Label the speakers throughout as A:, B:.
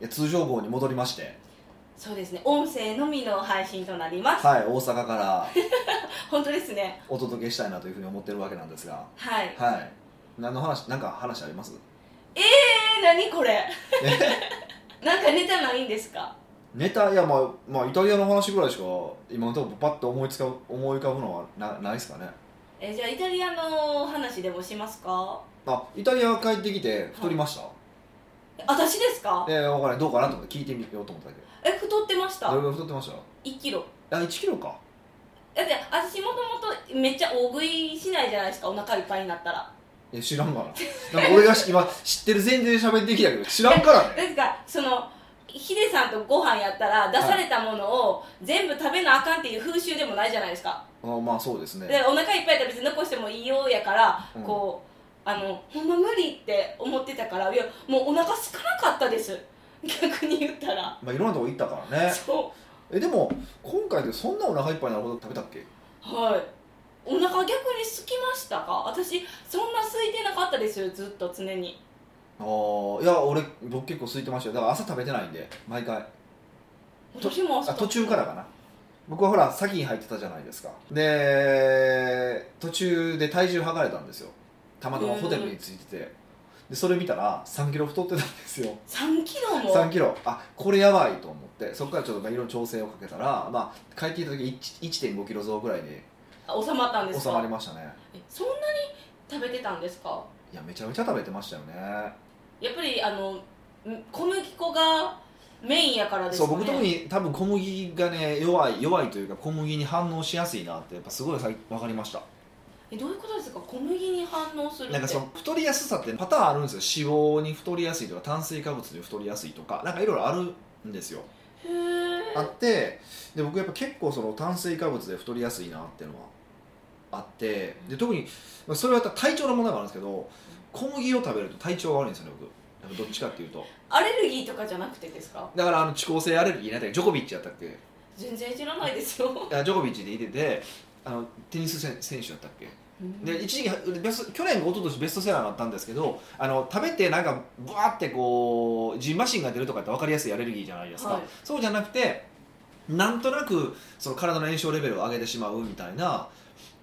A: え通常号に戻りまして
B: そうですね音声のみの配信となります
A: はい大阪から
B: 本当ですね
A: お届けしたいなというふうに思ってるわけなんですが
B: はい
A: はい何の話何か話あります
B: えー、何これ
A: え
B: なんかネタないんですか
A: ネタいやまあまあイタリアの話ぐらいしか今のところパッと思いつか思い浮かぶのはなないですかね
B: えーじゃあイタリアの話でもしますか
A: あイタリア帰ってきて太りました、
B: え私ですか
A: えー、分からないどうかなと思って聞いてみようと思っただけ
B: え太ってました
A: どれぐらい太ってました
B: 1キロ
A: あ1キロか
B: だって私もともとめっちゃ大食いしないじゃないですかお腹いっぱいになったら
A: え知らんかななんか俺がし今知ってる全然喋ってきたけど知らんからね
B: ですからそのヒデさんとご飯やったら出されたものを全部食べなあかんっていう風習でもないじゃないですか
A: あまあそうです
B: で
A: ね
B: お腹いっぱいやったら別に残してもいいようやから、
A: うん
B: こうあのほんま無理って思ってたからいやもうお腹空かなかったです逆に言ったら
A: まあいろんなとこ行ったからね
B: そ
A: えでも今回でそんなお腹いっぱいになるほど食べたっけ
B: うはいお腹逆に空きましたか私そんな空いてなかったですよずっと常に
A: ああいや俺僕結構空いてましたよだから朝食べてないんで毎回と
B: 私も
A: あ途中からかな僕はほら先に入ってたじゃないですかで途中で体重測れたんですよたまたまホテルに着いててでそれ見たら3キロ太ってたんですよ
B: 3キロも
A: 3キロあこれやばいと思ってそこからちょっといろいろ調整をかけたら、まあ、帰ってきた時1 5キロ増ぐらいに
B: あ収まったんです
A: 収まり
B: か
A: ましたね
B: えそんなに食べてたんですか
A: いやめちゃめちゃ食べてましたよね
B: やっぱりあのん小麦粉がメインやからです
A: そ
B: か
A: う
B: ね
A: 僕特に多分小麦がね弱い弱いというか小麦に反応しやすいなってやっぱすごい分かりました
B: えどういうことですか小麦に反応するって
A: なんかその太りやすさってパターンあるんですよ脂肪に太りやすいとか炭水化物に太りやすいとかなんかいろいろあるんですよ
B: へー
A: あってで僕やっぱ結構その炭水化物で太りやすいなっていうのはあってで特にまあそれはやっぱ体調の問題もあるんですけど小麦を食べると体調が悪いんですよね僕やっぱどっちかっていうと
B: アレルギーとかじゃなくてですか
A: だからあの遅効性アレルギーになったりジョコビッチやったっけ
B: 全然知らないですよ
A: あジョコビッチでいててあのテニス選選手だったっけで
B: うん
A: 一時期ベスト去年一昨年ベストセラーになったんですけどあの食べてなんかブワーってこうジンマシンが出るとかって分かりやすいアレルギーじゃないですか、
B: はい
A: そうじゃなくてなんとなくその体の炎症レベルを上げてしまうみたいな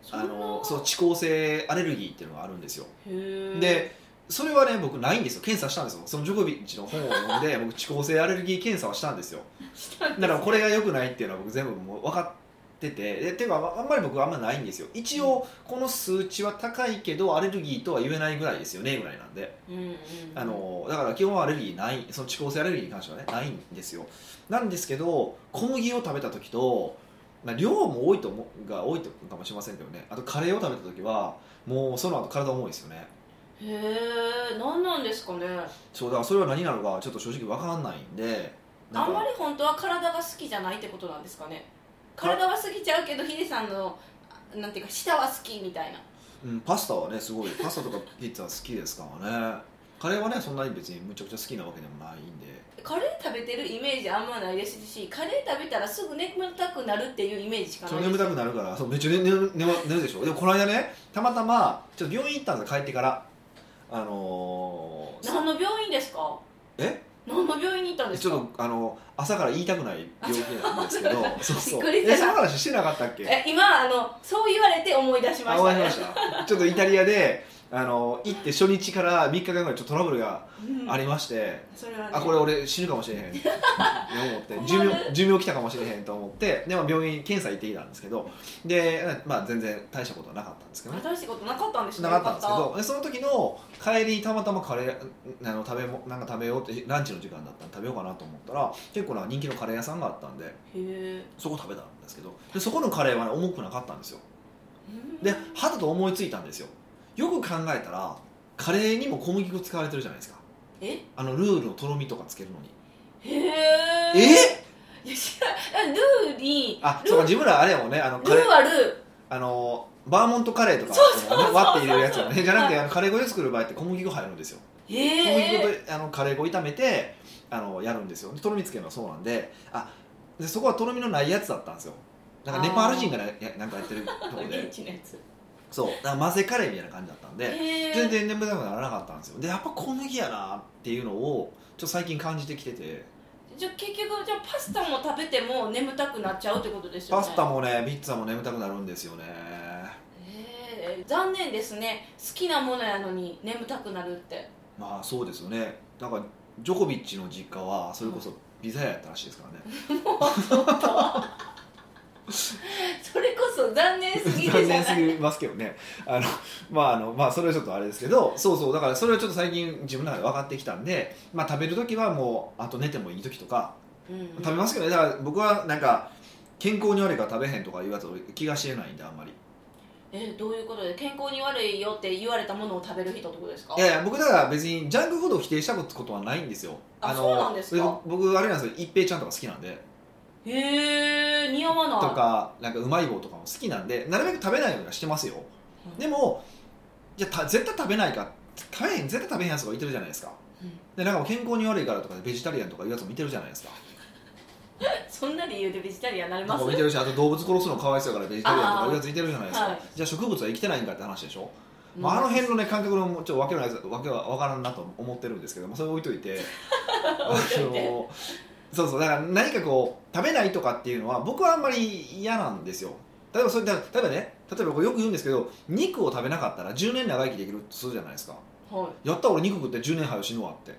B: そん
A: あ
B: な
A: のそう遅効性アレルギーっていうのがあるんですよ
B: へー
A: でそれはね僕ないんですよ検査したんですよそのジョコビッチの本を読ん で僕遅効性アレルギー検査はしたんですよ
B: したんです
A: だからこれが良くないっていうのは僕全部もう分かっててでていうかあんまり僕はあんまないんですよ一応この数値は高いけどアレルギーとは言えないぐらいですよねぐらいなんで
B: うんうん
A: あのだから基本はアレルギーないその遅効性アレルギーに関してはねないんですよなんですけど小麦を食べた時と、まあ、量も多いと思うが多いとかもしれませんけどねあとカレーを食べた時はもうその後体重いですよね
B: へえ何なんですかね
A: そうだからそれは何なのかちょっと正直分かんないんでなん
B: あ
A: か
B: んまり本当は体が好きじゃないってことなんですかね体は好きちゃうけどヒデさんのあなんていうか舌は好きみたいな
A: うん、パスタはねすごいパスタとかピッツァ好きですからねカレーはねそんなに別にむちゃくちゃ好きなわけでもないんで
B: カレー食べてるイメージあんまないですしカレー食べたらすぐ眠たくなるっていうイメージしか
A: そ
B: な
A: う
B: いで
A: 眠
B: す
A: たくなるからそうめっちゃ寝寝寝寝るでしょでもこの間ねたまたまちょっと病院行ったんですよ帰ってからあのー
B: 何の病院ですか
A: え
B: 何の病院に行ったんです
A: ち
B: か
A: ょっとあの朝から言いたくない病気なんですけ どそうそう
B: びっくりした
A: えその話してなかったっけ
B: え今あのそう言われて思い出しま
A: あ
B: し
A: わか
B: た
A: りま
B: ね
A: したちょっとイタリアであの行って初日から3日間ぐらいちょっとトラブルが
B: うん
A: ありまして、
B: それはね
A: あこれ俺死ぬかもしれへん って思って
B: 困る
A: 寿命寿命来たかもしれへんと思ってで、まあ、病院検査行ってきたんですけどで、まあ、全然大したことはなかったんですけどね
B: 新しいことなかったんですね
A: なかったんですけ
B: よ
A: どでその時の帰りたまたまカレーあの食べもなんか食べようってランチの時間だったんで食べようかなと思ったら結構な人気のカレー屋さんがあったんで
B: へえ
A: そこ食べたんですけどでそこのカレーは、ね、重くなかったんですよ
B: うん
A: ではたと思いついたんですよよく考えたらカレーにも小麦粉使われてるじゃないですか
B: え
A: あのルールのとろみとかつけるのに
B: へえ
A: えっ
B: いや知らんルーに
A: あ、
B: ル
A: そう
B: ー
A: か、自分らあれやもんね、あの、カ
B: ル
A: レー
B: ー、はルー
A: あの、バーモントカレーとか、あの割って入れるやつよね。じゃなくて、あのカレー粉で作る場合って小麦粉入るんですよ。小麦
B: へ
A: 粉
B: え
A: とあのカレー粉炒めて、あの、やるんですよ。でとろみつけるのはそうなんで、あ、でそこはとろみのないやつだったんですよ。なんかネパール人がなやなんかやってるとこ
B: 現
A: で、
B: 地のやつ
A: そう、だから混ぜカレーみたいな感じだったんで、
B: へえ
A: 全然眠たくならなかったんですよ。で、やっぱ小麦やなっていうのを、と最近感じてきてて
B: じゃあ結局じゃあパスタも食べても眠たくなっちゃうってことですよね
A: パスタもねピッツァも眠たくなるんですよね
B: えー残念ですね好きなものやのに眠たくなるって
A: まあそうですよねなんかジョコビッチの実家はそれこそピザ屋やったらしいですからね、
B: それこそ残念すぎ る
A: 残
B: じゃ
A: 念
B: な
A: す
B: い
A: ぎますけどねあのまああのまあそれはちょっとあれですけどそうそうだからそれはちょっと最近自分の中で分かってきたんで、まあ、食べる時はもうあと寝てもいい時とか
B: うん
A: 食べますけどねだから僕はなんか健康に悪いから食べへんとか言わず気が知れないんであんまり
B: えどういうことで健康に悪いよって言われたものを食べる人ってことですか
A: いやいや僕だから別にジャンクフードを否定したことはないんですよ
B: あそうなんですか
A: 僕あれなんですよ一平ちゃんとか好きなんで
B: へえ似合わない
A: とかなんかうまい棒とかも好きなんでなるべく食べないようにはしてますよ、
B: うん
A: でもじゃあた絶対食べないか食べへん絶対食べへんやつがいてるじゃないですか、
B: うん
A: でなんかもう健康に悪いからとかでベジタリアンとかいうやつもいてるじゃないですか
B: そんな理由でベジタリアンになれ
A: と
B: ま
A: か
B: す
A: 見てるしあと動物殺すのかわいそうやからベジタリアンとかいうやついてるじゃないですか、
B: あーはい
A: じゃあ植物は生きてないんかって話でしょ、まあ、あの辺のね感覚のもうちょっとわけのないやつわけはわからんなと思ってるんですけど、まあ、それ置いとい て
B: 置いといて
A: あのそうそうだから何かこう食べないとかっていうのは僕はあんまり嫌なんですよ例えばそれだ例えばね例えばこれよく言うんですけど肉を食べなかったら10年長生きできるとするじゃないですか
B: はい
A: やった俺肉食って10年早う死ぬわって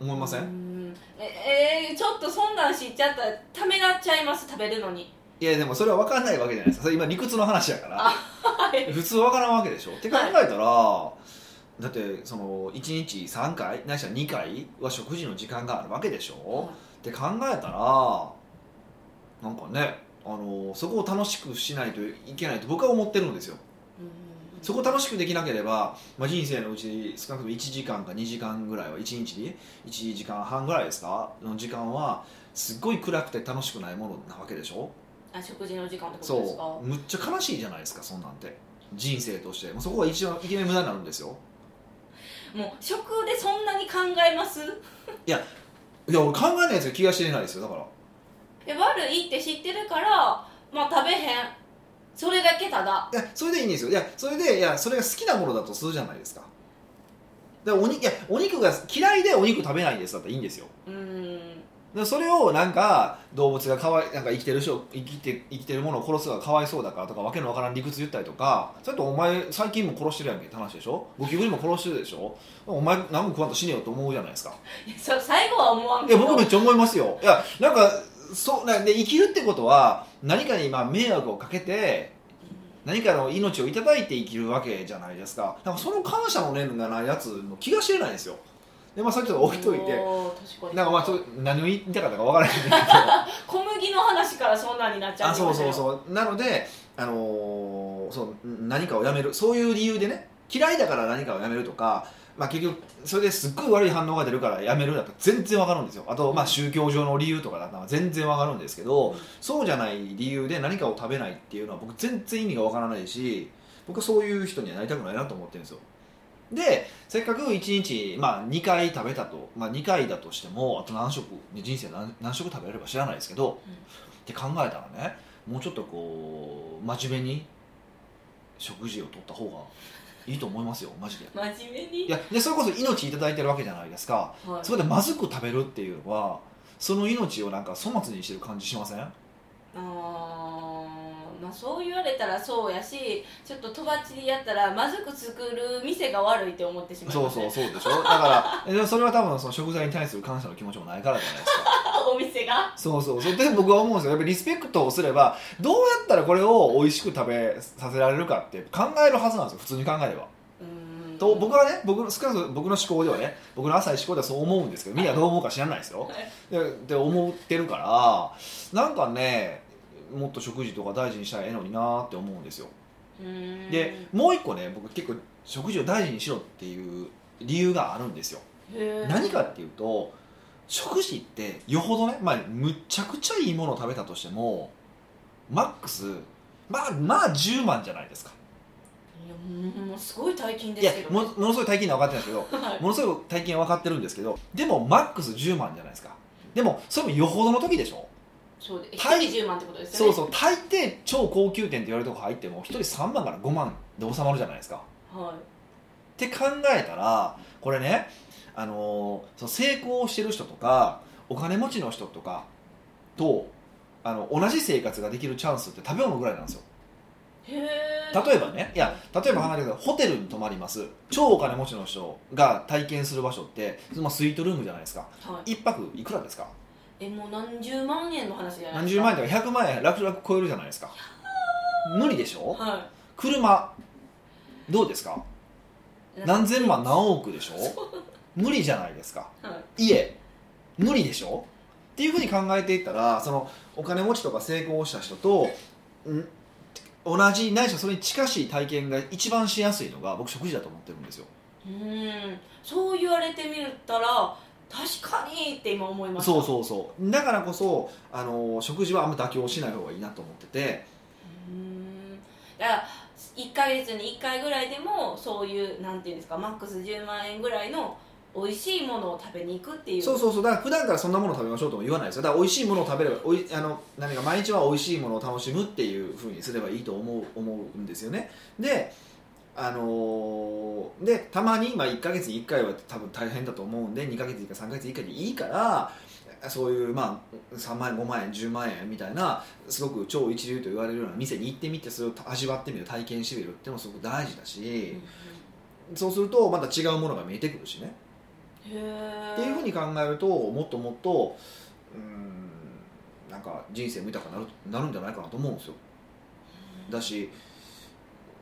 A: 思いません、
B: うんええーちょっとそんなん知っちゃったらためらっちゃいます食べるのに
A: いやでもそれは分かんないわけじゃないですかそれ今理屈の話やから
B: はい
A: 普通分からんわけでしょって考えたら、だってその1日3回ないしは2回は食事の時間があるわけでしょ、って考えたらなんかねあのそこを楽しくしないといけないと僕は思ってるんですよ
B: うん
A: そこを楽しくできなければ、まあ、人生のうち少なくとも1時間か2時間ぐらいは1日に1時間半ぐらいですかの時間はすっごい暗くて楽しくないものなわけでしょ
B: あ食事の時間ってことですか
A: そうむっちゃ悲しいじゃないですかそんなんて人生としてもうそこが一番いきなり無駄になるんですよ
B: もう食でそんなに考えます
A: いや俺考えないですよ気がしてないですよだから
B: え悪いって知ってるからまあ食べへんそれだけただ
A: いやそれでいいんですよいやそれでいやそれが好きなものだとするじゃないですかだからおにいやお肉が嫌いでお肉食べないですだったらいいんですよ
B: うん
A: でそれをなんか動物がかわいなんか生きてる人生きて生きてるものを殺すのがかわいそうだからとかわけのわからん理屈言ったりとかそれとお前最近も殺してるやんけって話でしょゴキブリも殺してるでしょお前何も食わんと死ねよと思うじゃないですか
B: いやそ最後は思わん
A: いや僕めっちゃ思いますよいやなんかそうなんで生きるってことは何かに今迷惑をかけて何かの命をいただいて生きるわけじゃないですかなんかその感謝の念がないやつの気が知れないんですよでまあさっきちょっと置いといて
B: おー確かに
A: なんかまあちょっと何を言いたかったかわからないんだ
B: 小麦の話からそんなになっ
A: け
B: ち
A: ど
B: ゃう
A: あそうそう
B: う
A: そうなのであのーそうん何かをやめるそういう理由でね嫌いだから何かをやめるとかまあ、結局それですっごい悪い反応が出るからやめるだと全然わかるんですよあとまあ宗教上の理由とかだったら全然わかるんですけどそうじゃない理由で何かを食べないっていうのは僕全然意味がわからないし僕はそういう人にはなりたくないなと思ってるんですよでせっかく1日、まあ、2回食べたと、まあ、2回だとしてもあと何食ね人生何何食食べれるか知らないですけど、
B: うん
A: って考えたらねもうちょっとこう真面目に食事をとった方がいいと思いますよマジで
B: 真面目に
A: いやでそれこそ命いただいてるわけじゃないですか
B: はい
A: そこでまずく食べるっていうのはその命をなんか粗末にしてる感じしません
B: あーまあそう言われたらそうやしちょっととばっちりやったらまずく作る店が悪いって思ってしまい
A: そう
B: ます、
A: そう
B: ね、
A: そうでしょだから えでもそれは多分その食材に対する感謝の気持ちもないからじゃないですか
B: お店が
A: そうそうそうで僕は思うんですよやっぱりリスペクトをすればどうやったらこれを美味しく食べさせられるかって考えるはずなんですよ普通に考えれば
B: うーん
A: と僕はね僕の少なくとも僕の思考ではね僕の浅い思考ではそう思うんですけどみんなどう思うか知らないですよ、でで思ってるからなんかねもっと食事とか大事にしたらええのになって思うんですよ
B: うーん
A: でもう一個ね僕結構食事を大事にしろっていう理由があるんですよ
B: へー
A: 何かっていうと食事ってよほどね、まあ、むちゃくちゃいいものを食べたとしてもマックスまあまあ10万じゃないですか
B: いやもうすごい大金
A: い
B: で
A: や
B: すけど
A: も
B: ね、
A: ものすごい大金な分かってないですけど
B: はい
A: ものすごい大金は分かってるんですけどでもマックス10万じゃないですかでもそれもよほどの時でしょ
B: そうで一人
A: 大
B: 10万ってことです
A: そ
B: よ
A: う
B: ね
A: そう大抵超高級店って言われるとこ入っても1人3万から5万で収まるじゃないですか
B: はい
A: って考えたらこれねあのーその成功してる人とかお金持ちの人とかとあの同じ生活ができるチャンスって食べ物ぐらいなんですよ
B: へえ
A: 例えばねいや例えば話だけどホテルに泊まります超お金持ちの人が体験する場所って、まあ、スイートルームじゃないですか
B: はい、
A: 一泊いくらですか
B: えもう何十万円の話じゃない
A: 何
B: です
A: 十
B: か
A: 万円とか100万円楽々超えるじゃないですか無理でしょ
B: は
A: 車どうですか
B: い
A: 何千万何億でしょ無理じゃないですか
B: はい
A: 家無理でしょっていうふうに考えていったらそのお金持ちとか成功した人とん同じないしはそれに近しい体験が一番しやすいのが僕食事だと思ってるんですよ
B: うんそう言われてみたら確かにって今思いました
A: そうそうそうだからこそあの食事はあんま妥協しない方がいいなと思ってて
B: ううんだから1か月に1回ぐらいでもそういうなんていうんですかマックス10万円ぐらいの美味しいものを食べに行くっていう
A: そうそうそうだから普段からそんなものを食べましょうとも言わないですよだから美味しいものを食べればおいあの何か毎日は美味しいものを楽しむっていうふうにすればいいと思う思うんですよねであのーでたまに、まあ、1か月に1回は多分大変だと思うんで2か月に1回3か月に1回でいいからそういう、まあ、3万円5万円10万円みたいなすごく超一流と言われるような店に行ってみてそれを味わってみる体験してみるっていうのもすごく大事だ
B: うんうん
A: し、そうするとまた違うものが見えてくるしね
B: へえ
A: っていうふうに考えるともっともっとうんなんか人生も豊かになるなるんじゃないかなと思うんですよだし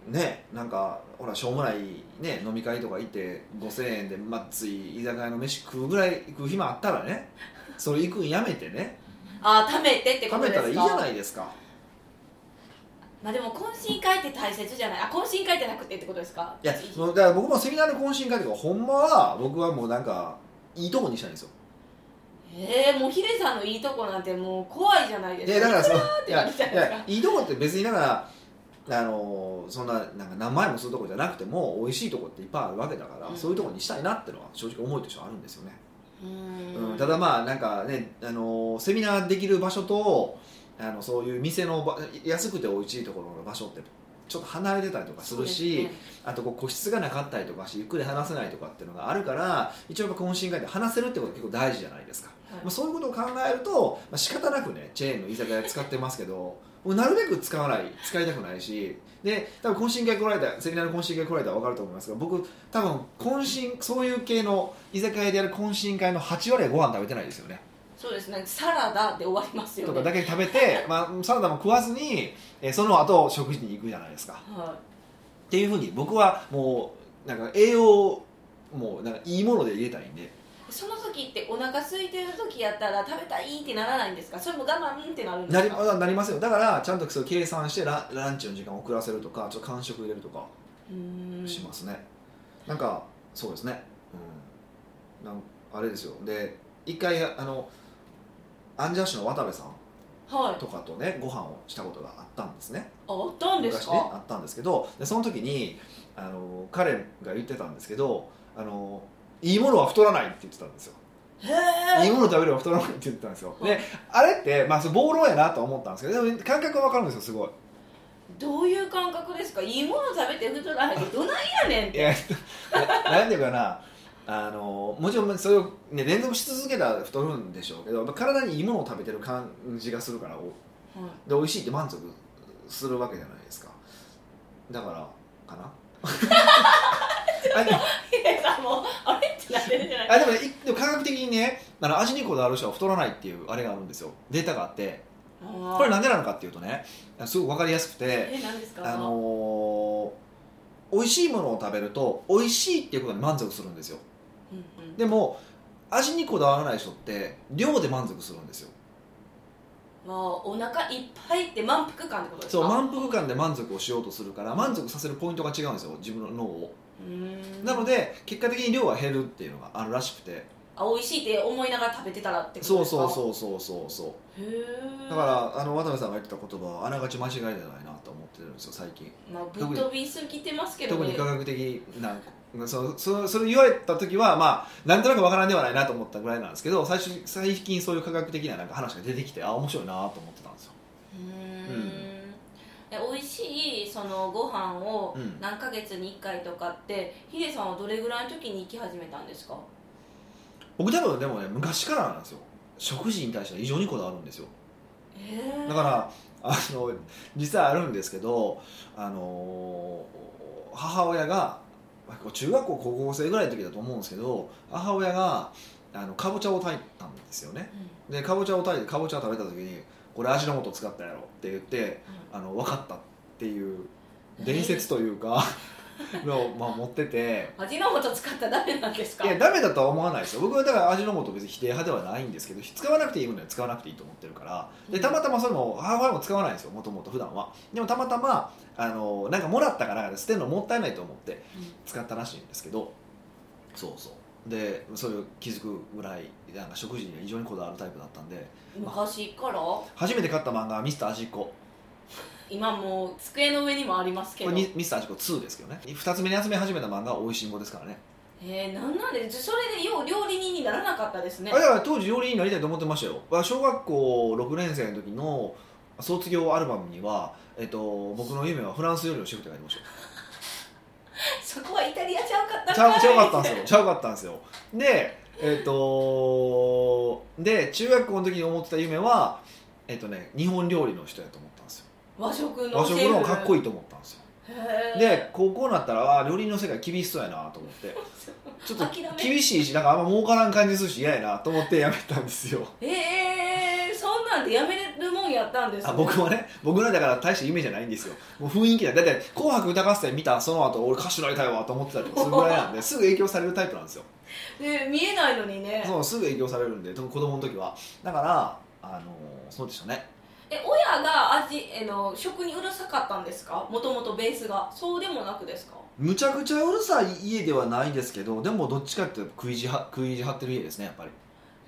A: ねなんかほらしょうもない、ね、飲み会とか行って5000円でまっつい居酒屋の飯食うぐらい食う暇あったらねそれ行くんやめてね
B: ああ食べてってこ
A: 食
B: と
A: べ
B: で
A: た
B: すから
A: いいじゃないですか
B: まあでも懇親会って大切じゃないあ懇親会じゃなくてってことですか
A: いやそのだから僕もセミナーの懇親会とかほんまは僕はもうなんかいいとこにしたいんですよ
B: えー、もうヒデさんのいいとこなんてもう怖いじゃないです
A: い
B: か
A: やだからそのい
B: てな
A: や
B: る
A: い
B: じゃないですか
A: やいいとこって別にだからあのーそんななんか何枚もするとこじゃなくても美味しいとこっていっぱいあるわけだから、
B: うん
A: そういうとこにしたいなってのは正直思いとしてはあるんですよね、
B: う
A: うんんただまあなんかね、あのーセミナーできる場所とあのそういう店の場安くて美味しいところの場所ってちょっと離れてたりとかするし
B: そうですね
A: あとこう個室がなかったりとかしてゆっくり話せないとかっていうのがあるから一応やっぱ懇親会で話せるってことが結構大事じゃないですか
B: はい
A: まあ、そういうことを考えると、まあ、仕方なくねチェーンの居酒屋使ってますけどもうなるべく使わない使いたくないしで多分懇親会来られたセミナーの懇親会来られたら分かると思いますが僕多分懇親そういう系の居酒屋でやる懇親会の8割はご飯食べてないですよね
B: そうですねサラダで終わりますよ
A: と
B: ね
A: かだけ食べて、 まあ、サラダも食わずに、えーその後食事に行くじゃないですか
B: は
A: っていうふうに僕はもうなんか栄養もうなんかいいもので入れたいんで
B: い、その時ってお腹空いてる時やったら食べたいってならないんですかそれも我慢ってなるんで
A: な
B: す
A: り
B: か
A: なりますよだからちゃんとそれ計算してラランチの時間を遅らせるとかちょっと間食入れるとか
B: うーん
A: しますね、なんかそうですね、うん、なんあれですよで一回あのアンジャッシュの渡部さん
B: はい
A: とかとねご飯をしたことがあったんですね
B: ああったんで
A: 昔
B: すか、
A: ねあったんですけどでその時にあの彼が言ってたんですけどあのいいものは太らないって言ってたんですよ
B: へえ
A: いいもの食べれば太らないって言ってたんですよ
B: は
A: であれって、まあ、それ暴論やなと思ったんですけどでも感覚は分かるんですよすごい
B: どういう感覚ですかいいもの食べて太らないってどないやねんっ
A: い
B: て
A: やななんていうかなあのもちろんそれを、ね、連続し続けたら太るんでしょうけどやっぱ体にいいものを食べてる感じがするからお
B: はい
A: で美味しいって満足するわけじゃないですかだからかな あでも
B: ヒデさんもあれってなってるじゃない
A: あでもねいでも科学的にねあの味にこだわる人は太らないっていうあれがあるんですよデータがあってこ
B: こ
A: れなんでなのかっていうとねすごく分かりやすくて
B: え何ですか
A: あのー美味しいものを食べると美味しいっていうことに満足するんですよ
B: うんうん
A: でも味にこだわらない人って量で満足するんですよ
B: まあお腹いっぱいって満腹感ってことですか
A: そう満腹感で満足をしようとするから満足させるポイントが違うんですよ自分の脳を
B: うーん
A: なので結果的に量は減るっていうのがあるらしくて
B: あ美味しいって思いながら食べてたらってこと
A: そう
B: ですか
A: そうそうそうそうそう
B: へえ
A: だからあの渡部さんが言ってた言葉はあながち間違いじゃないなと思ってるんですよ最近
B: まあぶっ飛びすぎてますけど
A: 特
B: ね
A: に科学的なそそそれ言われた時はまあなんとなくわからんではないなと思ったぐらいなんですけど最初最近そういう科学的ななんか話が出てきてあ面白いなと思ってたんですよ
B: うーん
A: うん
B: え美味しいそのご飯を
A: うん
B: 何ヶ月に1回とかってヒデさんはどれぐらいの時に行き始めたんですか
A: 僕多分でもね昔からなんですよ食事に対しては異常にこだわるんですよ
B: えー、
A: だからあの実はあるんですけどあの母親が中学校高校生ぐらいの時だと思うんですけど母親があのかぼちゃを炊いたんですよね
B: うん
A: でかぼちゃを炊いてかぼちゃを食べた時に「これ味の素使ったやろ」って言って
B: う
A: あの分かったっていう伝説というか の、まあ、持ってて
B: ん味の素使ったらダメなんですか
A: いやダメだとは思わないですよ僕はだから味の素別に否定派ではないんですけど使わなくていいものは使わなくていいと思ってるからでたまたまそれも母親も使わないんですよもともと普段はでもたまたまあのなんかもらったから捨てるのもったいないと思って使ったらしいんですけどそうそうでそれを気づくぐらいなんか食事には非常にこだわるタイプだったんで
B: うん昔から
A: 初めて買った漫画は「ミスター味っ子」
B: 今もう机の上にもありますけ
A: こ
B: ど
A: れミミスター味っ子2ですけどね2つ目に集め始めた漫画は「おいしんぼ」ですからね
B: えー、なんなんでそれでよう料理人にならなかったですね
A: あだから当時料理人になりたいと思ってましたよまあ小学校6年生の時の卒業アルバムには、えっと、僕の夢はフランス料理のシェフって書いてましたよ
B: そこはイタリアちゃうかったん
A: ち
B: か
A: ゃ
B: いう
A: ちゃうかったんですよちゃうかったんですよでえっとで中学校の時に思ってた夢はえっとね日本料理の人やと思ったんですよ
B: 和食の
A: 和食のかっこ
B: い
A: いいと思ったんですよ
B: い
A: で高校になったらあ料理人の世界厳しそうやなと思ってちょっと
B: 諦め
A: 厳しいしなんかあんま儲からん感じするし嫌やなと思ってやめたんですよ
B: えー、そんなんでやめるもんやったんです、ね、
A: あ僕はね僕らだから大して夢じゃないんですよもう雰囲気だだって「紅白歌合戦」見たその後俺歌手になりたいわと思ってたりとかするぐらいなんですぐ影響されるタイプなんですよ
B: ね見えないのにね
A: そうすぐ影響されるんで特に子供の時はだからあのそうでしたね
B: え親が味えの食にうるさかったんですかもともとベースがそうでもなくですか
A: むちゃくちゃうるさい家ではないですけどでもどっちかっていうと食い地は食い地張ってる家ですねやっぱり
B: へ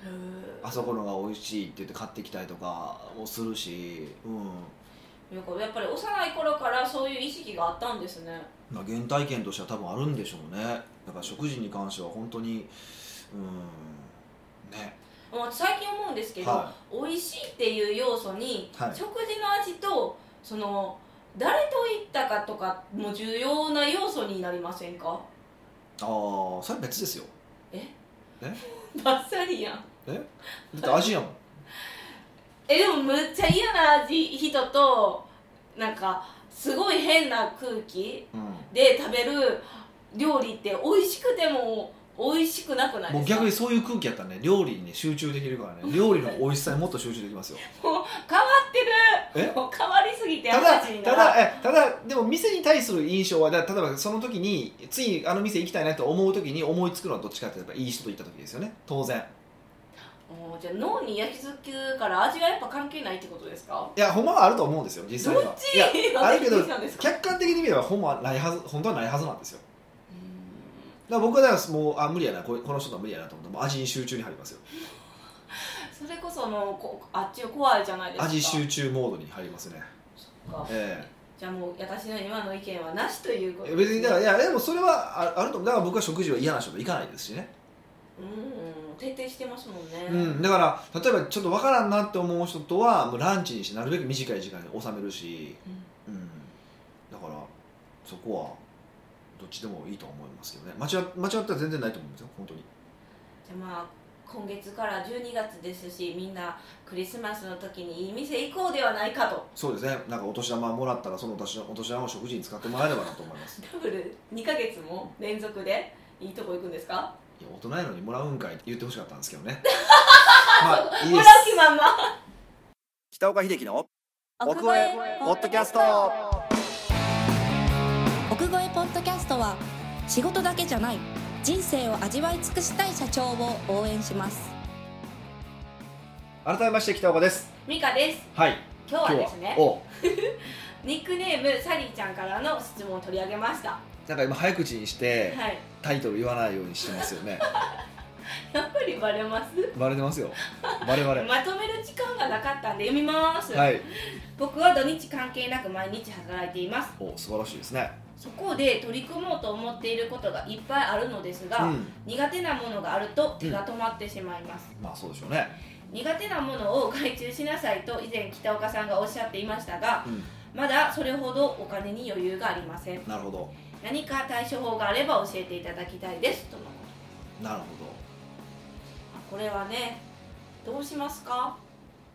B: え
A: あそこのが美味しいって言って買ってきたりとかもするしうん
B: なんかやっぱり幼い頃からそういう意識があったんですね
A: まあ、原体験としては多分あるんでしょうねだから食事に関しては本当にうんね
B: まあ最近思うんですけど、
A: は
B: 美味しいっていう要素に、
A: はい
B: 食事の味とその誰と行ったかとかも重要な要素になりませんか
A: ああそれは別ですよ
B: バッサリやん
A: だってアジアもん
B: えでもむっちゃ嫌な味人となんかすごい変な空気
A: うん
B: で食べる料理って美味しくても美味しくなくない
A: も
B: で
A: う
B: すか
A: 逆にそういう空気やったらね料理に、ね、集中できるから ね料理の美味しさにもっと集中できますよ
B: 変わってる
A: え
B: もう変わりすぎて
A: ただ
B: 味にな
A: た
B: ら
A: だえただでも店に対する印象はだ例えばその時に次あの店行きたいなと思う時に思いつくのはどっちかってやっぱいい人と行った時ですよね当然
B: おーじゃあ脳に焼き付くから味はやっぱ関係ないってことですか
A: いやほんまはあると思うんですよ実際は
B: どっち
A: いやあるけど
B: どっちなんですか
A: 客観的に見ればほんまはないはず本当はないはずなんですよ
B: う
A: だか
B: ーん
A: ら僕はだからもうあ無理やなこれこの人とは無理やなと思ってもう味に集中に入りますよ
B: それこそあのこあっちが怖いじゃないですか
A: 味集中モードに入りますね
B: か
A: え
B: じゃあもう私の今の意見はなしというこ
A: え
B: と
A: 別にだから
B: う
A: いやでもそれはああると思うだから僕は食事は嫌な人と行かないですしね、
B: んうん徹底してますもんね、
A: うん、だから例えばちょっとわからんなって思う人とはもうランチにしてなるべく短い時間に収めるし、
B: うん
A: うん、だからそこはどっちでもいいとは思いますけどね間違間違ったら全然ないと思うんですよ本当に
B: じゃあまあ今月から12月ですしみんなクリスマスの時にいい店行こうではないかと
A: そうですねなんかお年玉もらったらそのお年玉お年玉を食事に使ってもらえればなと思います
B: ダブル2ヶ月も連続でいいとこ行くんですか
A: いや大人やのにもらうんかいって言ってほしかったんですけどねまあいい
B: ほ
A: で
B: ら
A: す
B: きまんま
A: 北岡秀樹の奥越えポッドキャスト
C: 奥越えポッドキャストは仕事だけじゃない人生を味わい尽くしたい社長を応援します
A: 改めまして北岡です
B: ミカです
A: はい
B: 今
A: 今
B: 日
A: 日
B: は
A: は
B: ですね
A: お
B: ニックネームサリーちゃんからの質問を取り上げましたは
A: なんか今早口にして
B: い
A: タイトル言わないようにしてますよね
B: やっぱりバレます
A: バレてますよバレバレ
B: まとめる時間がなかったんで読みます、
A: はい
B: 僕は土日関係なく毎日働いています
A: お素晴らしいですね
B: そこで取り組もうと思っていることがいっぱいあるのです
A: う
B: が、
A: ん
B: 苦手なものがあると手が止まってしまいます、
A: まあそうでしょうね
B: 苦手なものを外注しなさいと以前北岡さんがおっしゃっていましたが
A: うん
B: まだそれほどお金に余裕がありません
A: なるほど
B: 何か対処法があれば教えていただきたいですとのこと
A: なるほ
B: これはねどうしますか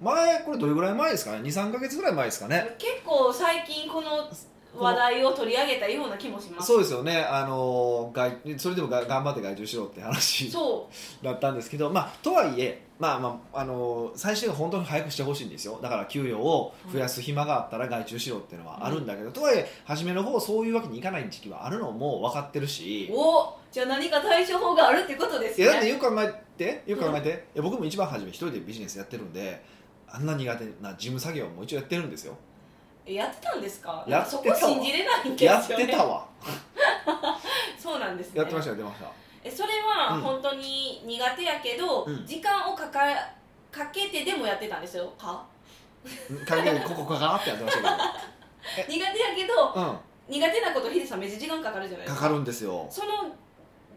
A: 前これどれぐらい前ですかね23か月ぐらい前ですかね
B: 結構最近この話題を取り上げたような気もします
A: そうですよねあの外それでもが頑張って外注しろって話
B: そ
A: だったんですけど、まあ、とはいえ、まあまああの最終が本当に早くしてほしいんですよだから給与を増やす暇があったら外注しろっていうのはあるんだけど、とはいえ初めの方そういうわけにいかない時期はあるのも分かってる
B: う
A: し
B: おじゃあ何か対処法があるってことです
A: い
B: ね
A: やだってよく考えてよく考えて、いや僕も一番初め一人でビジネスやってるんであんな苦手な事務作業も一応やってるんですよ
B: やってたんですか
A: やってたわ
B: なんかそこ信じれないんですよ、ね、
A: やってたわ
B: そうなんですね
A: やってましたやってました
B: えそれは
A: うん
B: 本当に苦手やけど、
A: うん
B: 時間をかかかけてでもやってたんですよか
A: 会議でここかかってやってました
B: 苦手やけど
A: け ど、
B: 苦手なことヒデさんめっちゃ時間かかるじゃな
A: うん、
B: いで
A: か
B: すか
A: かるんですよ
B: その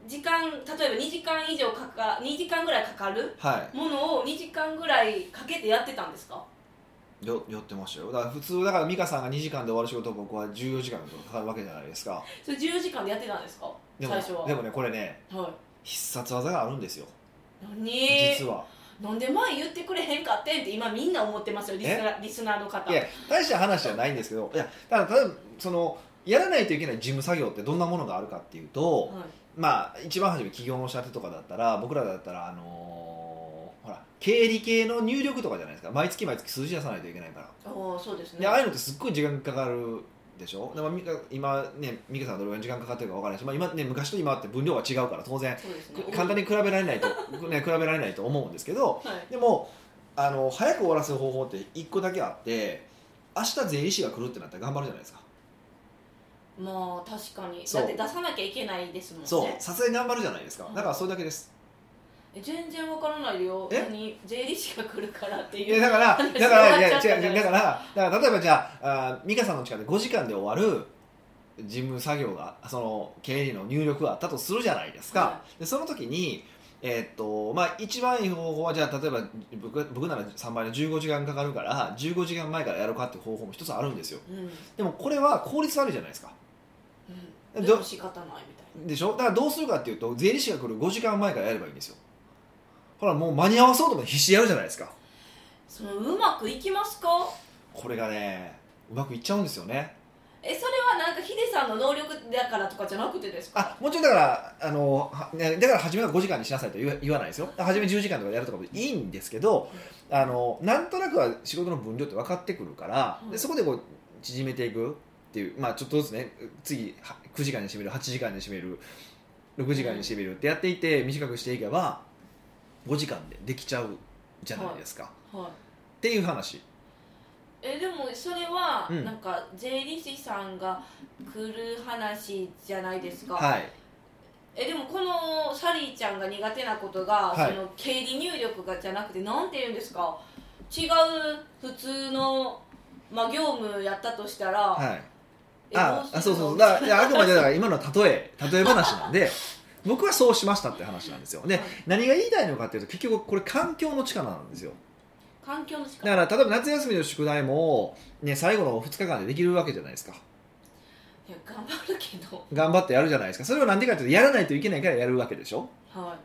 B: 時間例えば2時間以上かか2時間ぐらいかかる
A: は
B: ものを2時間ぐらいかけてやってたんですか
A: いよ寄ってましたよだから普通だから美香さんが2時間で終わる仕事を僕は14時間とかかかるわけじゃないですか
B: それ14時間でやってたんですか
A: でも
B: 最初は
A: でもねこれね
B: はい
A: 必殺技があるんですよ、
B: 何
A: 実は
B: なんで前言ってくれへんかってんって今みんな思ってますよリスナーリスナーの方
A: いや大した話じゃないんですけどいやだから例えばそのやらないといけない事務作業ってどんなものがあるかっていうと、
B: はい
A: まあ一番初め企業の社手とかだったら僕らだったらあのーほら経理系の入力とかじゃないですか毎月毎月数字出さないといけないから
B: ああそうですね
A: でああいうのってすっごい時間かかるでしょでもみか今ね美香さんはどれぐらい時間かかってるかわからないし、まあ、今ね昔と今って分量が違うから当然
B: そうですね
A: く簡単に比べられないと、 ね、比べられないと思うんですけど
B: はい
A: でもあの早く終わらせる方法って一個だけあって明日税理士が来るってなったら頑張るじゃないですか、
B: まあ確かに
A: そう
B: だって出さなきゃいけないですもんね
A: そうさすがに頑張るじゃないですか
B: うん
A: だからそれだけです
B: え全然わからないよ
A: え
B: 何税理士が来るからって
A: い
B: い
A: や
B: う
A: だ から
B: 話
A: だからい
B: 終わ
A: や
B: っちゃったじ
A: 違
B: ゃな
A: う
B: い
A: だからだから例えばじゃああー美香さんの力で5時間で終わる事務作業がその経理の入力があったとするじゃないですか、
B: は
A: でその時にえーっとまあ、一番いい方法はじゃあ例えば僕僕なら3倍の15時間かかるから15時間前からやろうかっていう方法も一つあるんですよ
B: いうんうん
A: でもこれは効率悪いじゃないですか
B: うん
A: ど
B: でも仕方ないみたい
A: でしょだからどうするかっていうと税理士が来る5時間前からやればいいんですよほらもう間に合わそうと思って必死でやるじゃないですか
B: なそのうまくいきますか
A: これがねうまくいっちゃうんですよね
B: えそれはなんかヒデさんの能力だからとかじゃなくてですか
A: あもちろんだからあのはねだから初めは5時間にしなさいとは言わ言わないですよ初め10時間とかやるとかもいいんですけどあのなんとなくは仕事の分量って分かってくるから
B: うん
A: でそこでこう縮めていくっていうまあちょっとずつね次は9時間にしてみる8時間にしてみる6時間にしてみるってやっていって短くしていけば5時間でできちゃうじゃないですか、
B: はい
A: っていう話
B: えでもそれは
A: うん
B: なんか税理士さんが来る話じゃないですか、
A: はい
B: えでもこのサリーちゃんが苦手なことが、
A: はい
B: その経理入力がじゃなくてなんて言うんですか違う普通の、まあ、業務やったとしたら、
A: はい
B: えど
A: あ
B: するの
A: あそうそうそうだからいやあくまでだから今の例え例え話なんで 僕はそうしましたって話なんですよで
B: はい
A: 何が言いたいのかっていうと結局これ環境の力なんですよ
B: 環境の力
A: だから例えば夏休みの宿題も、ね、最後の2日間でできるわけじゃないですか
B: いや頑張るけど
A: 頑張ってやるじゃないですかそれを何でかっていうとやらないといけないからやるわけでしょ
B: は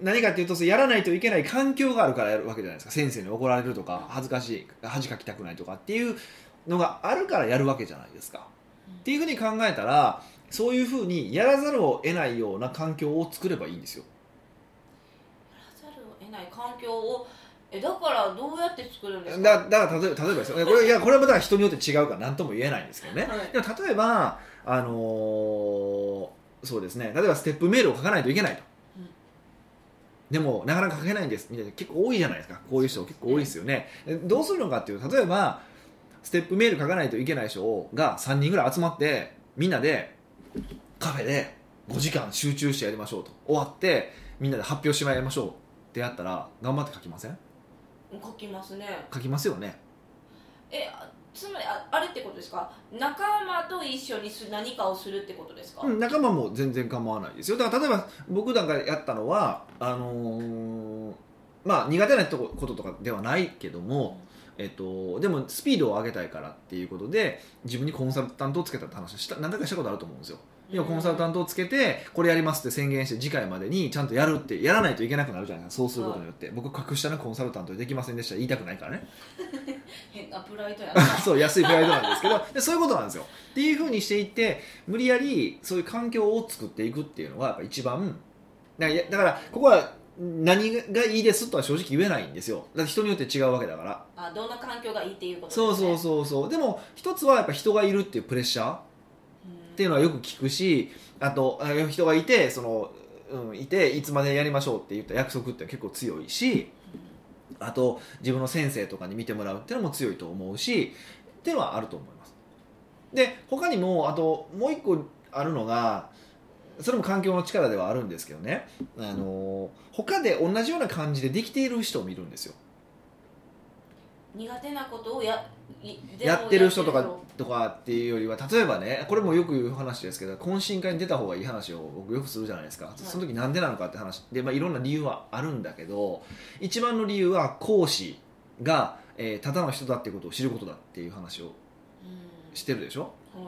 A: 何かっていうとそれやらないといけない環境があるからやるわけじゃないですか先生に怒られるとか恥ずかしい恥かきたくないとかっていうのがあるからやるわけじゃないですか。
B: うん
A: っていうふうに考えたらそういうふうにやらざるを得ないような環境を作ればいいんですよ。
B: いやらざるを得ない環境をえだからどうやって作るんですか
A: だだから例えば例えばですよこれいやこれはだから人によって違うから何とも言えないんですけどね。
B: はい
A: でも例えば、あのーそうですね例えばステップメールを書かないといけないと、
B: うん
A: でもなかなか書けないんですみたいな結構多いじゃないですかこういう人結構多いですよね、どうするのかっていうと例えばステップメール書かないといけない人が3人ぐらい集まってみんなでカフェで5時間集中してやりましょうと終わってみんなで発表しまいましょうってやったら頑張って書きません
B: 書きますね
A: 書きますよね
B: えあつまりああれってことですか仲間と一緒にす何かをするってことですか、
A: うん、仲間も全然構わないですよだから例えば僕なんかやったのはあのーまあ苦手なとここととかではないけども、えっと、でもスピードを上げたいからっていうことで自分にコンサルタントをつけたって話をした何回かしたことあると思うんですよ要はコンサルタントをつけてこれやりますって宣言して次回までにちゃんとやるってやらないといけなくなるじゃないですかそうすることによって僕格下のコンサルタントできませんでした言いたくないからね
B: 変なプライドや
A: そう安いプライドなんですけどでそういうことなんですよっていうふうにしていって無理やりそういう環境を作っていくっていうのがやっぱ一番だからやだからここは何がいいですとは正直言えないんですよだって人によって違うわけだから
B: なあどんな環境がいいっていうこと
A: そうそうそうそうでも一つはやっぱ人がいるっていうプレッシャー
B: っ
A: っていうのはよく聞くしあとあ人がいてその、うん、いていつまでやりましょうって言った約束って結構強いしあと自分の先生とかに見てもらうっていうのも強いと思うしっていうのはあると思いますで他にもあともう一個あるのがそれも環境の力ではあるんですけどねあの他で同じような感じでできている人を見るんですよ
B: 苦手なことをやいでも
A: やってる人とかとかっていうよりは例えばねこれもよく言う話ですけど懇親会に出た方がいい話を僕よくするじゃないですか、
B: い
A: その時なんでなのかって話で、まあ、いろんな理由はあるんだけど一番の理由は講師が、えーただの人だっていうことを知ることだっていう話を
B: うん
A: してるでしょ
B: は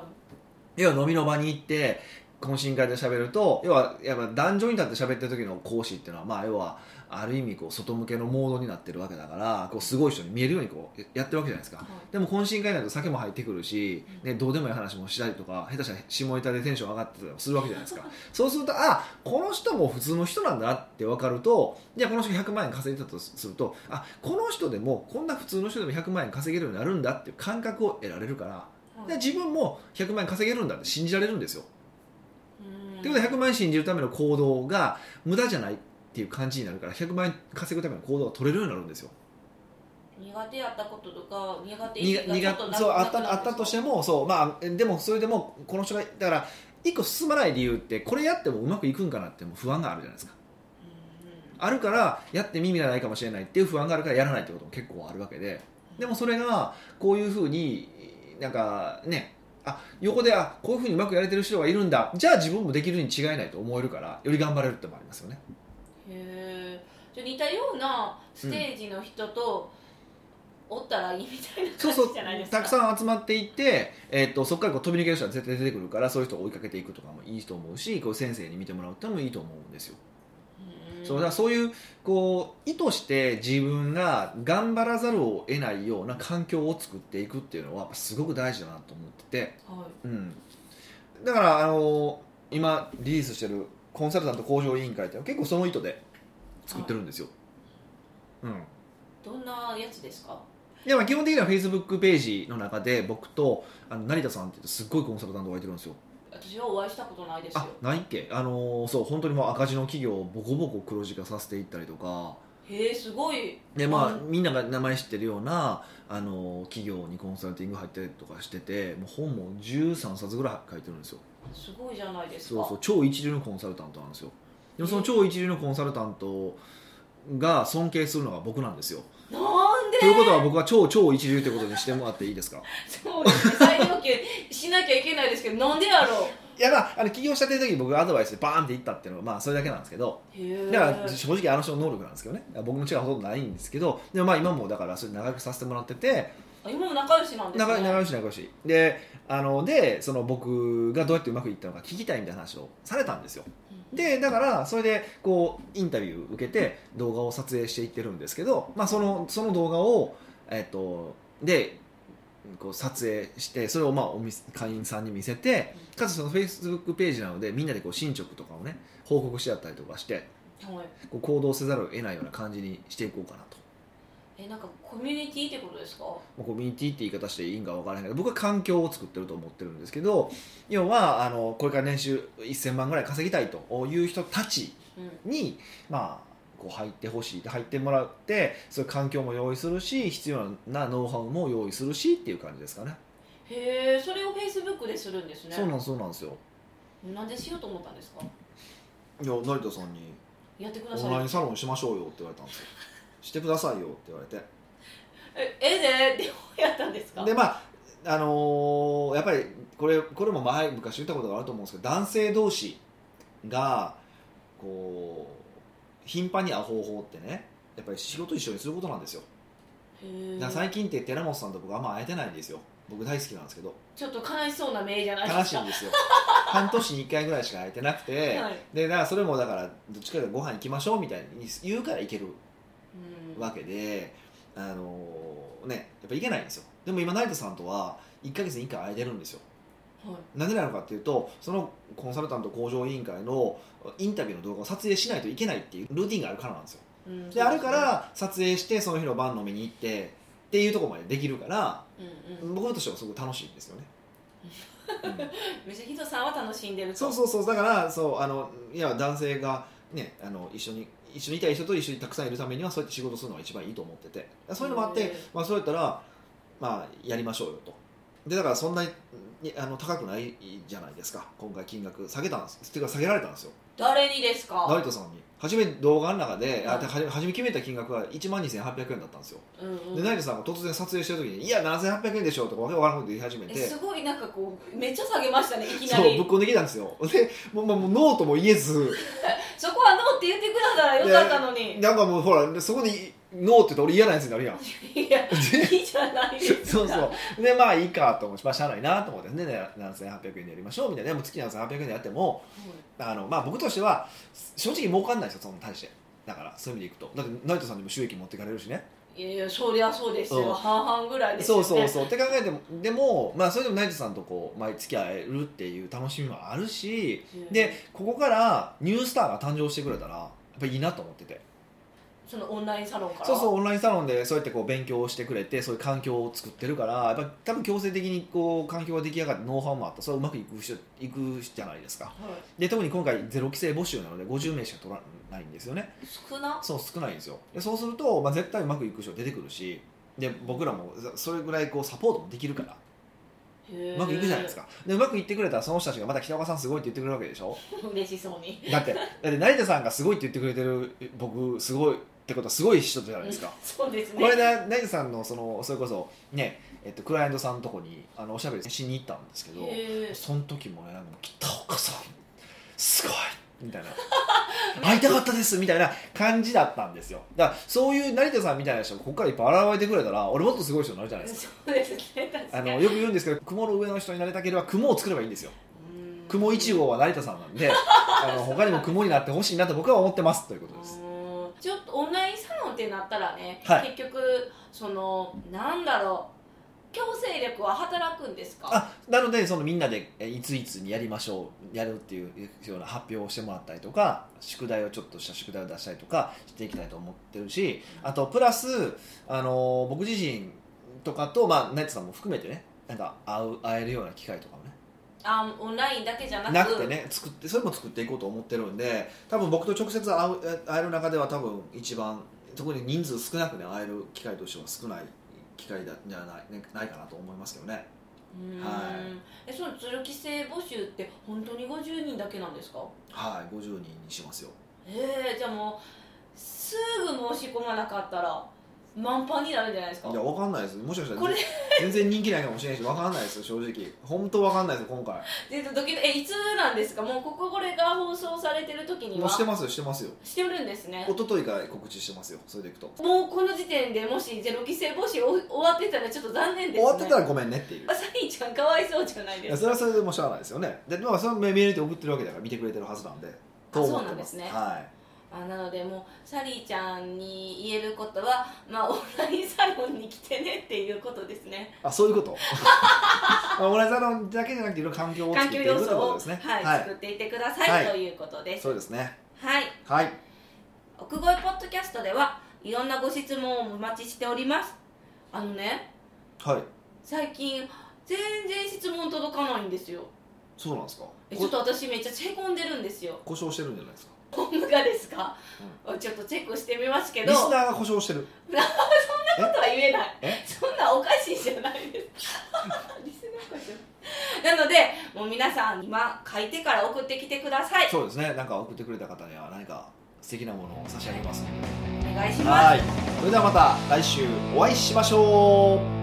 B: い
A: 要は飲みの場に行って懇親会で喋ると要はやっぱ壇上に立って喋ってる時の講師っていうのは、まあ、要はある意味こう外向けのモードになってるわけだからこうすごい人に見えるようにこうやってるわけじゃないですか
B: はい
A: でも懇親会になると酒も入ってくるし、
B: うん
A: ね、どうでもいい話もしたりとか下手したら下ネタでテンション上がってたりもするわけじゃないですかそうするとあこの人も普通の人なんだなって分かるとじゃあこの人100万円稼いでたとするとあこの人でもこんな普通の人でも100万円稼げるようになるんだっていう感覚を得られるから
B: はい
A: で自分も100万円稼げるんだって信じられるんですよ。
B: うん
A: ということで100万円信じるための行動が無駄じゃないっていう感じになるから100万円稼ぐための行動が取れるようになるんですよ。
B: 苦手やったこととか苦手意
A: に
B: 識がちょっとなく
A: そうあ
B: な
A: っ
B: くな
A: たあったとしてもそうまあでもそれでもこの人がだから一個進まない理由ってこれやってもうまくいくんかなってもう不安があるじゃないですか
B: うん
A: あるからやってみ味がないかもしれないっていう不安があるからやらないってことも結構あるわけででもそれがこういうふうになんかねあ横であこういうふうにうまくやれてる人がいるんだじゃあ自分もできるに違いないと思えるからより頑張れるってのもありますよね
B: へえじゃあ似たようなステージの人とおったらいいみたいな
A: そう
B: 感
A: そう
B: じじゃないですか
A: たくさん集まっていって、えー、とそこからこう飛び抜ける人は絶対出てくるからそういう人を追いかけていくとかもいいと思うしこう先生に見てもらうってのもいいと思うんですよ、
B: うん
A: そうだからそういうこう意図して自分が頑張らざるを得ないような環境を作っていくっていうのはやっぱすごく大事だなと思ってて、
B: は
A: う
B: い
A: ん、だから、あの今リリースしてるコンサルタント向上委員会っていうのは結構その意図で作ってるんですよ、うん
B: どんなやつですか
A: でまあ基本的にはフェイスブックページの中で僕とあの成田さんって言ってすっごいコンサルタントがいてるんですよ
B: 私はお会いしたことないですよ
A: あないっけあのーそう本当にもう赤字の企業をボコボコ黒字化させていったりとか
B: へえすごい
A: でまあ、
B: う
A: みんなが名前知ってるようなあのー企業にコンサルティング入ったりとかしててもう本も13冊ぐらい書いてるんですよ
B: すごいじゃないです
A: そう
B: か
A: そう超一流のコンサルタントなんですよでもその超一流のコンサルタントが尊敬するのが僕なんですよ、
B: なんで
A: ということは僕は超超一流ってことにしてもらっていいですか
B: そうですね最上級しなきゃいけないですけどなんでやろ
A: いやまあ、あの起業したての時に僕がアドバイスでバーンっていったっていうのはまあそれだけなんですけど
B: うへえ
A: だから正直あの人の能力なんですけどね僕の力はほとんどないんですけどでもまあ今もだからそれ長くさせてもらってて
B: あ今も仲良しなんですね
A: 長い長いし長いしであのでその僕がどうやってうまくいったのか聞きたいみたいな話をされたんですよ
B: うん
A: でだからそれでこうインタビュー受けて動画を撮影していってるんですけど、まあ、そのその動画を、えっとでこう撮影してそれをまあお見せ会員さんに見せてかつそのフェイスブックページなのでみんなでこう進捗とかをね報告し合ったりとかして
B: はい
A: こう行動せざるを得ないような感じにしていこうかなと。
B: えなんかコミュニティってことですか
A: まあコミュニティって言い方していいんか分からへんけど僕は環境を作ってると思ってるんですけど要はあのこれから年収1000万ぐらい稼ぎたいという人たち
B: うん
A: に、まあ、こう入ってほしい入ってもらってそういう環境も用意するし必要なノウハウも用意するしっていう感じですかね
B: へえそれをフェイスブックでするんですね
A: そうなんそうなんですよ
B: なんでしようと思ったんですか
A: いや成田さんに
B: やって
A: 「
B: く
A: オ
B: ださ
A: ンライ
B: い
A: ンサロンしましょうよ」って言われたんですよ「してくださいよ」って言われて
B: ええででどうやったんですか
A: でまああのーやっぱりこれこれも前昔言ったことがあると思うんですけど男性同士がこう頻繁に会う方法ってねやっぱり仕事一緒にすることなんですよ
B: へー
A: だから最近って寺本さんと僕あんま会えてないんですよ僕大好きなんですけど
B: ちょっと悲しそうな名じゃない
A: 悲
B: で
A: し
B: す
A: い
B: か
A: んですよ半年に1回ぐらいしか空いてなくて、
B: はい
A: でだからそれもだからどっちかがご飯行きましょうみたいに言うから行ける
B: うん
A: わけで、あのーねやっぱ行けないんですよでも今成田さんとは1ヶ月に1回空いてるんですよ
B: はい
A: なんでなのかっていうとそのコンサルタント向上委員会のインタビューの動画を撮影しないといけないっていうルーティンがあるからなんですよ
B: うん
A: であるから撮影してその日の晩飲みに行ってっていうところまでできるから
B: うんうん
A: 僕としてはすごく楽しいんですよ ね、うん
B: めっちゃヒトさんは楽しんでると
A: そうそうそうだからそうあのいや男性がねあの一緒に一緒にいたい人と一緒にたくさんいるためにはそうやって仕事するのが一番いいと思っててそういうのもあっ
B: へ
A: て
B: え、
A: まあ、そうやったら、まあ、やりましょうよとでだからそんなににあの高くないじゃないですか今回金額下げたんですっていうか下げられたんですよ
B: 誰にです
A: 成
B: か
A: 田さんに初め動画の中で、あ
B: うん
A: はじ初め決めた金額が1万2800円だったんですよ、
B: うんうん
A: で成田さんが突然撮影してる時に「いや7800円でしょ」とかわけわからんこと言い始めて
B: えすごいなんかこうめっちゃ下げましたねいきな
A: そう
B: り
A: ぶっこんできたんですよでもうもうもうノーとも言えず
B: そこはノーって言ってくださらよかったのに
A: なんかもうほらそこで「ノー」って言ったら俺嫌なやつにな るやん
B: いやいいじゃないですか
A: そうそうでまあいいかと思ってまあしゃあないなと思ってねね7800円でやりましょうみたいなでも月7800円でやってもあの、まあ、僕としては正直儲かんないですよその大してだからそういう意味でいくとだって成田さんにも収益持ってかれるしね
B: いやいやそりゃそうです
A: うん
B: よ半々ぐらいですよ
A: そう
B: ね
A: そうそうって考えてもでも、まあ、それでも成田さんとこう毎月会えるっていう楽しみもあるし
B: うん
A: でここからニュースターが誕生してくれたらやっぱいいなと思ってて
B: そのオンラインサロンから
A: そうそう
B: う
A: オンラインサロンでそうやってこう勉強をしてくれてそういう環境を作ってるからやっぱ多分強制的にこう環境が出来上がってノウハウもあったそれはうまくいく人いくじゃないですかで特に今回ゼロ規制募集なので50名しか取らないんですよね
B: 少な
A: そう少ないんですよでそうすると、まあ、絶対うまくいく人出てくるしで僕らもそそれぐらいこうサポートもできるから
B: う
A: うまくいくじゃないです
B: か
A: かでうまくいってくれたらその人たちがまた北岡さんすごいって言ってくれるわけでしょ
B: 嬉しそうに
A: だってだって成田さんがすごいって言ってくれてる僕すごいってことはすごい人じゃないですか
B: そうですね
A: これで成田さんのそのそれこそね、えっと、クライアントさんのとこにあのおしゃべりしに行ったんですけど
B: へえ
A: その時もねなんか「北岡さんすごい!」みたいな「会いたかったです!」みたいな感じだったんですよだからそういう成田さんみたいな人がここからいっぱい現れてくれたら俺もっとすごい人になるじゃないですか
B: そうですね確
A: あ
B: か
A: の
B: に
A: よく言うんですけど雲の上の人になりたければ雲を作ればいいんですよ
B: うん
A: 雲1号は成田さんなん であの他にも雲になってほしいなと僕は思ってますということです
B: うんちょっとオンラインサロンってなったらね、
A: はい
B: 結局そのなんだろう強制力は働くんですか
A: あなのでそのみんなでえいついつにやりましょうやるっていうような発表をしてもらったりとか宿題をちょっとした宿題を出したりとかしていきたいと思ってるしあとプラス、あの僕自身とかと、まあ、ナイツさんも含めてねなんか会う会えるような機会とかもね
B: あオンラインだけじゃなく
A: なくてね作ってそれも作っていこうと思ってるんで多分僕と直接会う会える中では多分一番特に人数少なくね会える機会としては少ない機会だじゃない,、ね、ないかなと思いますけどね
B: うん
A: は
B: えその鶴木生募集って本当に50人だけなんですか
A: はい50人にしますよ
B: えー、じゃあもうすぐ申し込まなかったら満帆になるんじゃないですか
A: いやわかんないですもしかしたら
B: これ
A: 全然人気ないかもしれないしわかんないですよ正直本当わかんないですよ今回
B: でドキドキえいつなんですかもうこここれが放送されてる時に
A: も
B: は
A: うしてますよしてますよ
B: してるんですね
A: 一昨日から告知してますよそれでいくと
B: もうこの時点でもしゼロ規制募集終わってたらちょっと残念です、ね、
A: 終わってたらごめんねっていう
B: サリーちゃんかわいそうじゃない
A: い
B: で
A: や
B: す
A: それはそれでもうしゃあないですよねでまあそれはメールで送ってるわけだから見てくれてるはずなんでと思ってます
B: そうなんですね
A: はい
B: かなのでもうサリーちゃんに言えることは、まあ、オンラインサロンに来てねっていうことですね
A: あそういうこと まあオンラインサロンだけじゃなくていろいろ環境を作っ
B: 環
A: て
B: 境
A: いくっ
B: 要
A: て
B: 素
A: こと
B: を、
A: ですね
B: はい作っていってください、
A: はい
B: ということです
A: そうですね
B: はい
A: はい
B: 奥越ポッドキャストではいろんなご質問をお待ちしておりますあのね
A: はい
B: 最近全然質問届かないんですよ
A: そうなんですか
B: えちょ
A: こ
B: っと私めっちゃへこんでるんですよ
A: 故障してるんじゃないですか
B: ホームがですか、ちょっとチェックしてみますけ
A: リ
B: ど
A: スナーが故障してる
B: そんなことは言えない
A: え
B: そんなおかしいじゃな いですリスナーこそなのでもう皆さん今書いてから送ってきてください
A: そうですねなんか送ってくれた方には何か素敵なものを差し上げます
B: お願いしま
A: は
B: す
A: いそれではまた来週お会いしましょう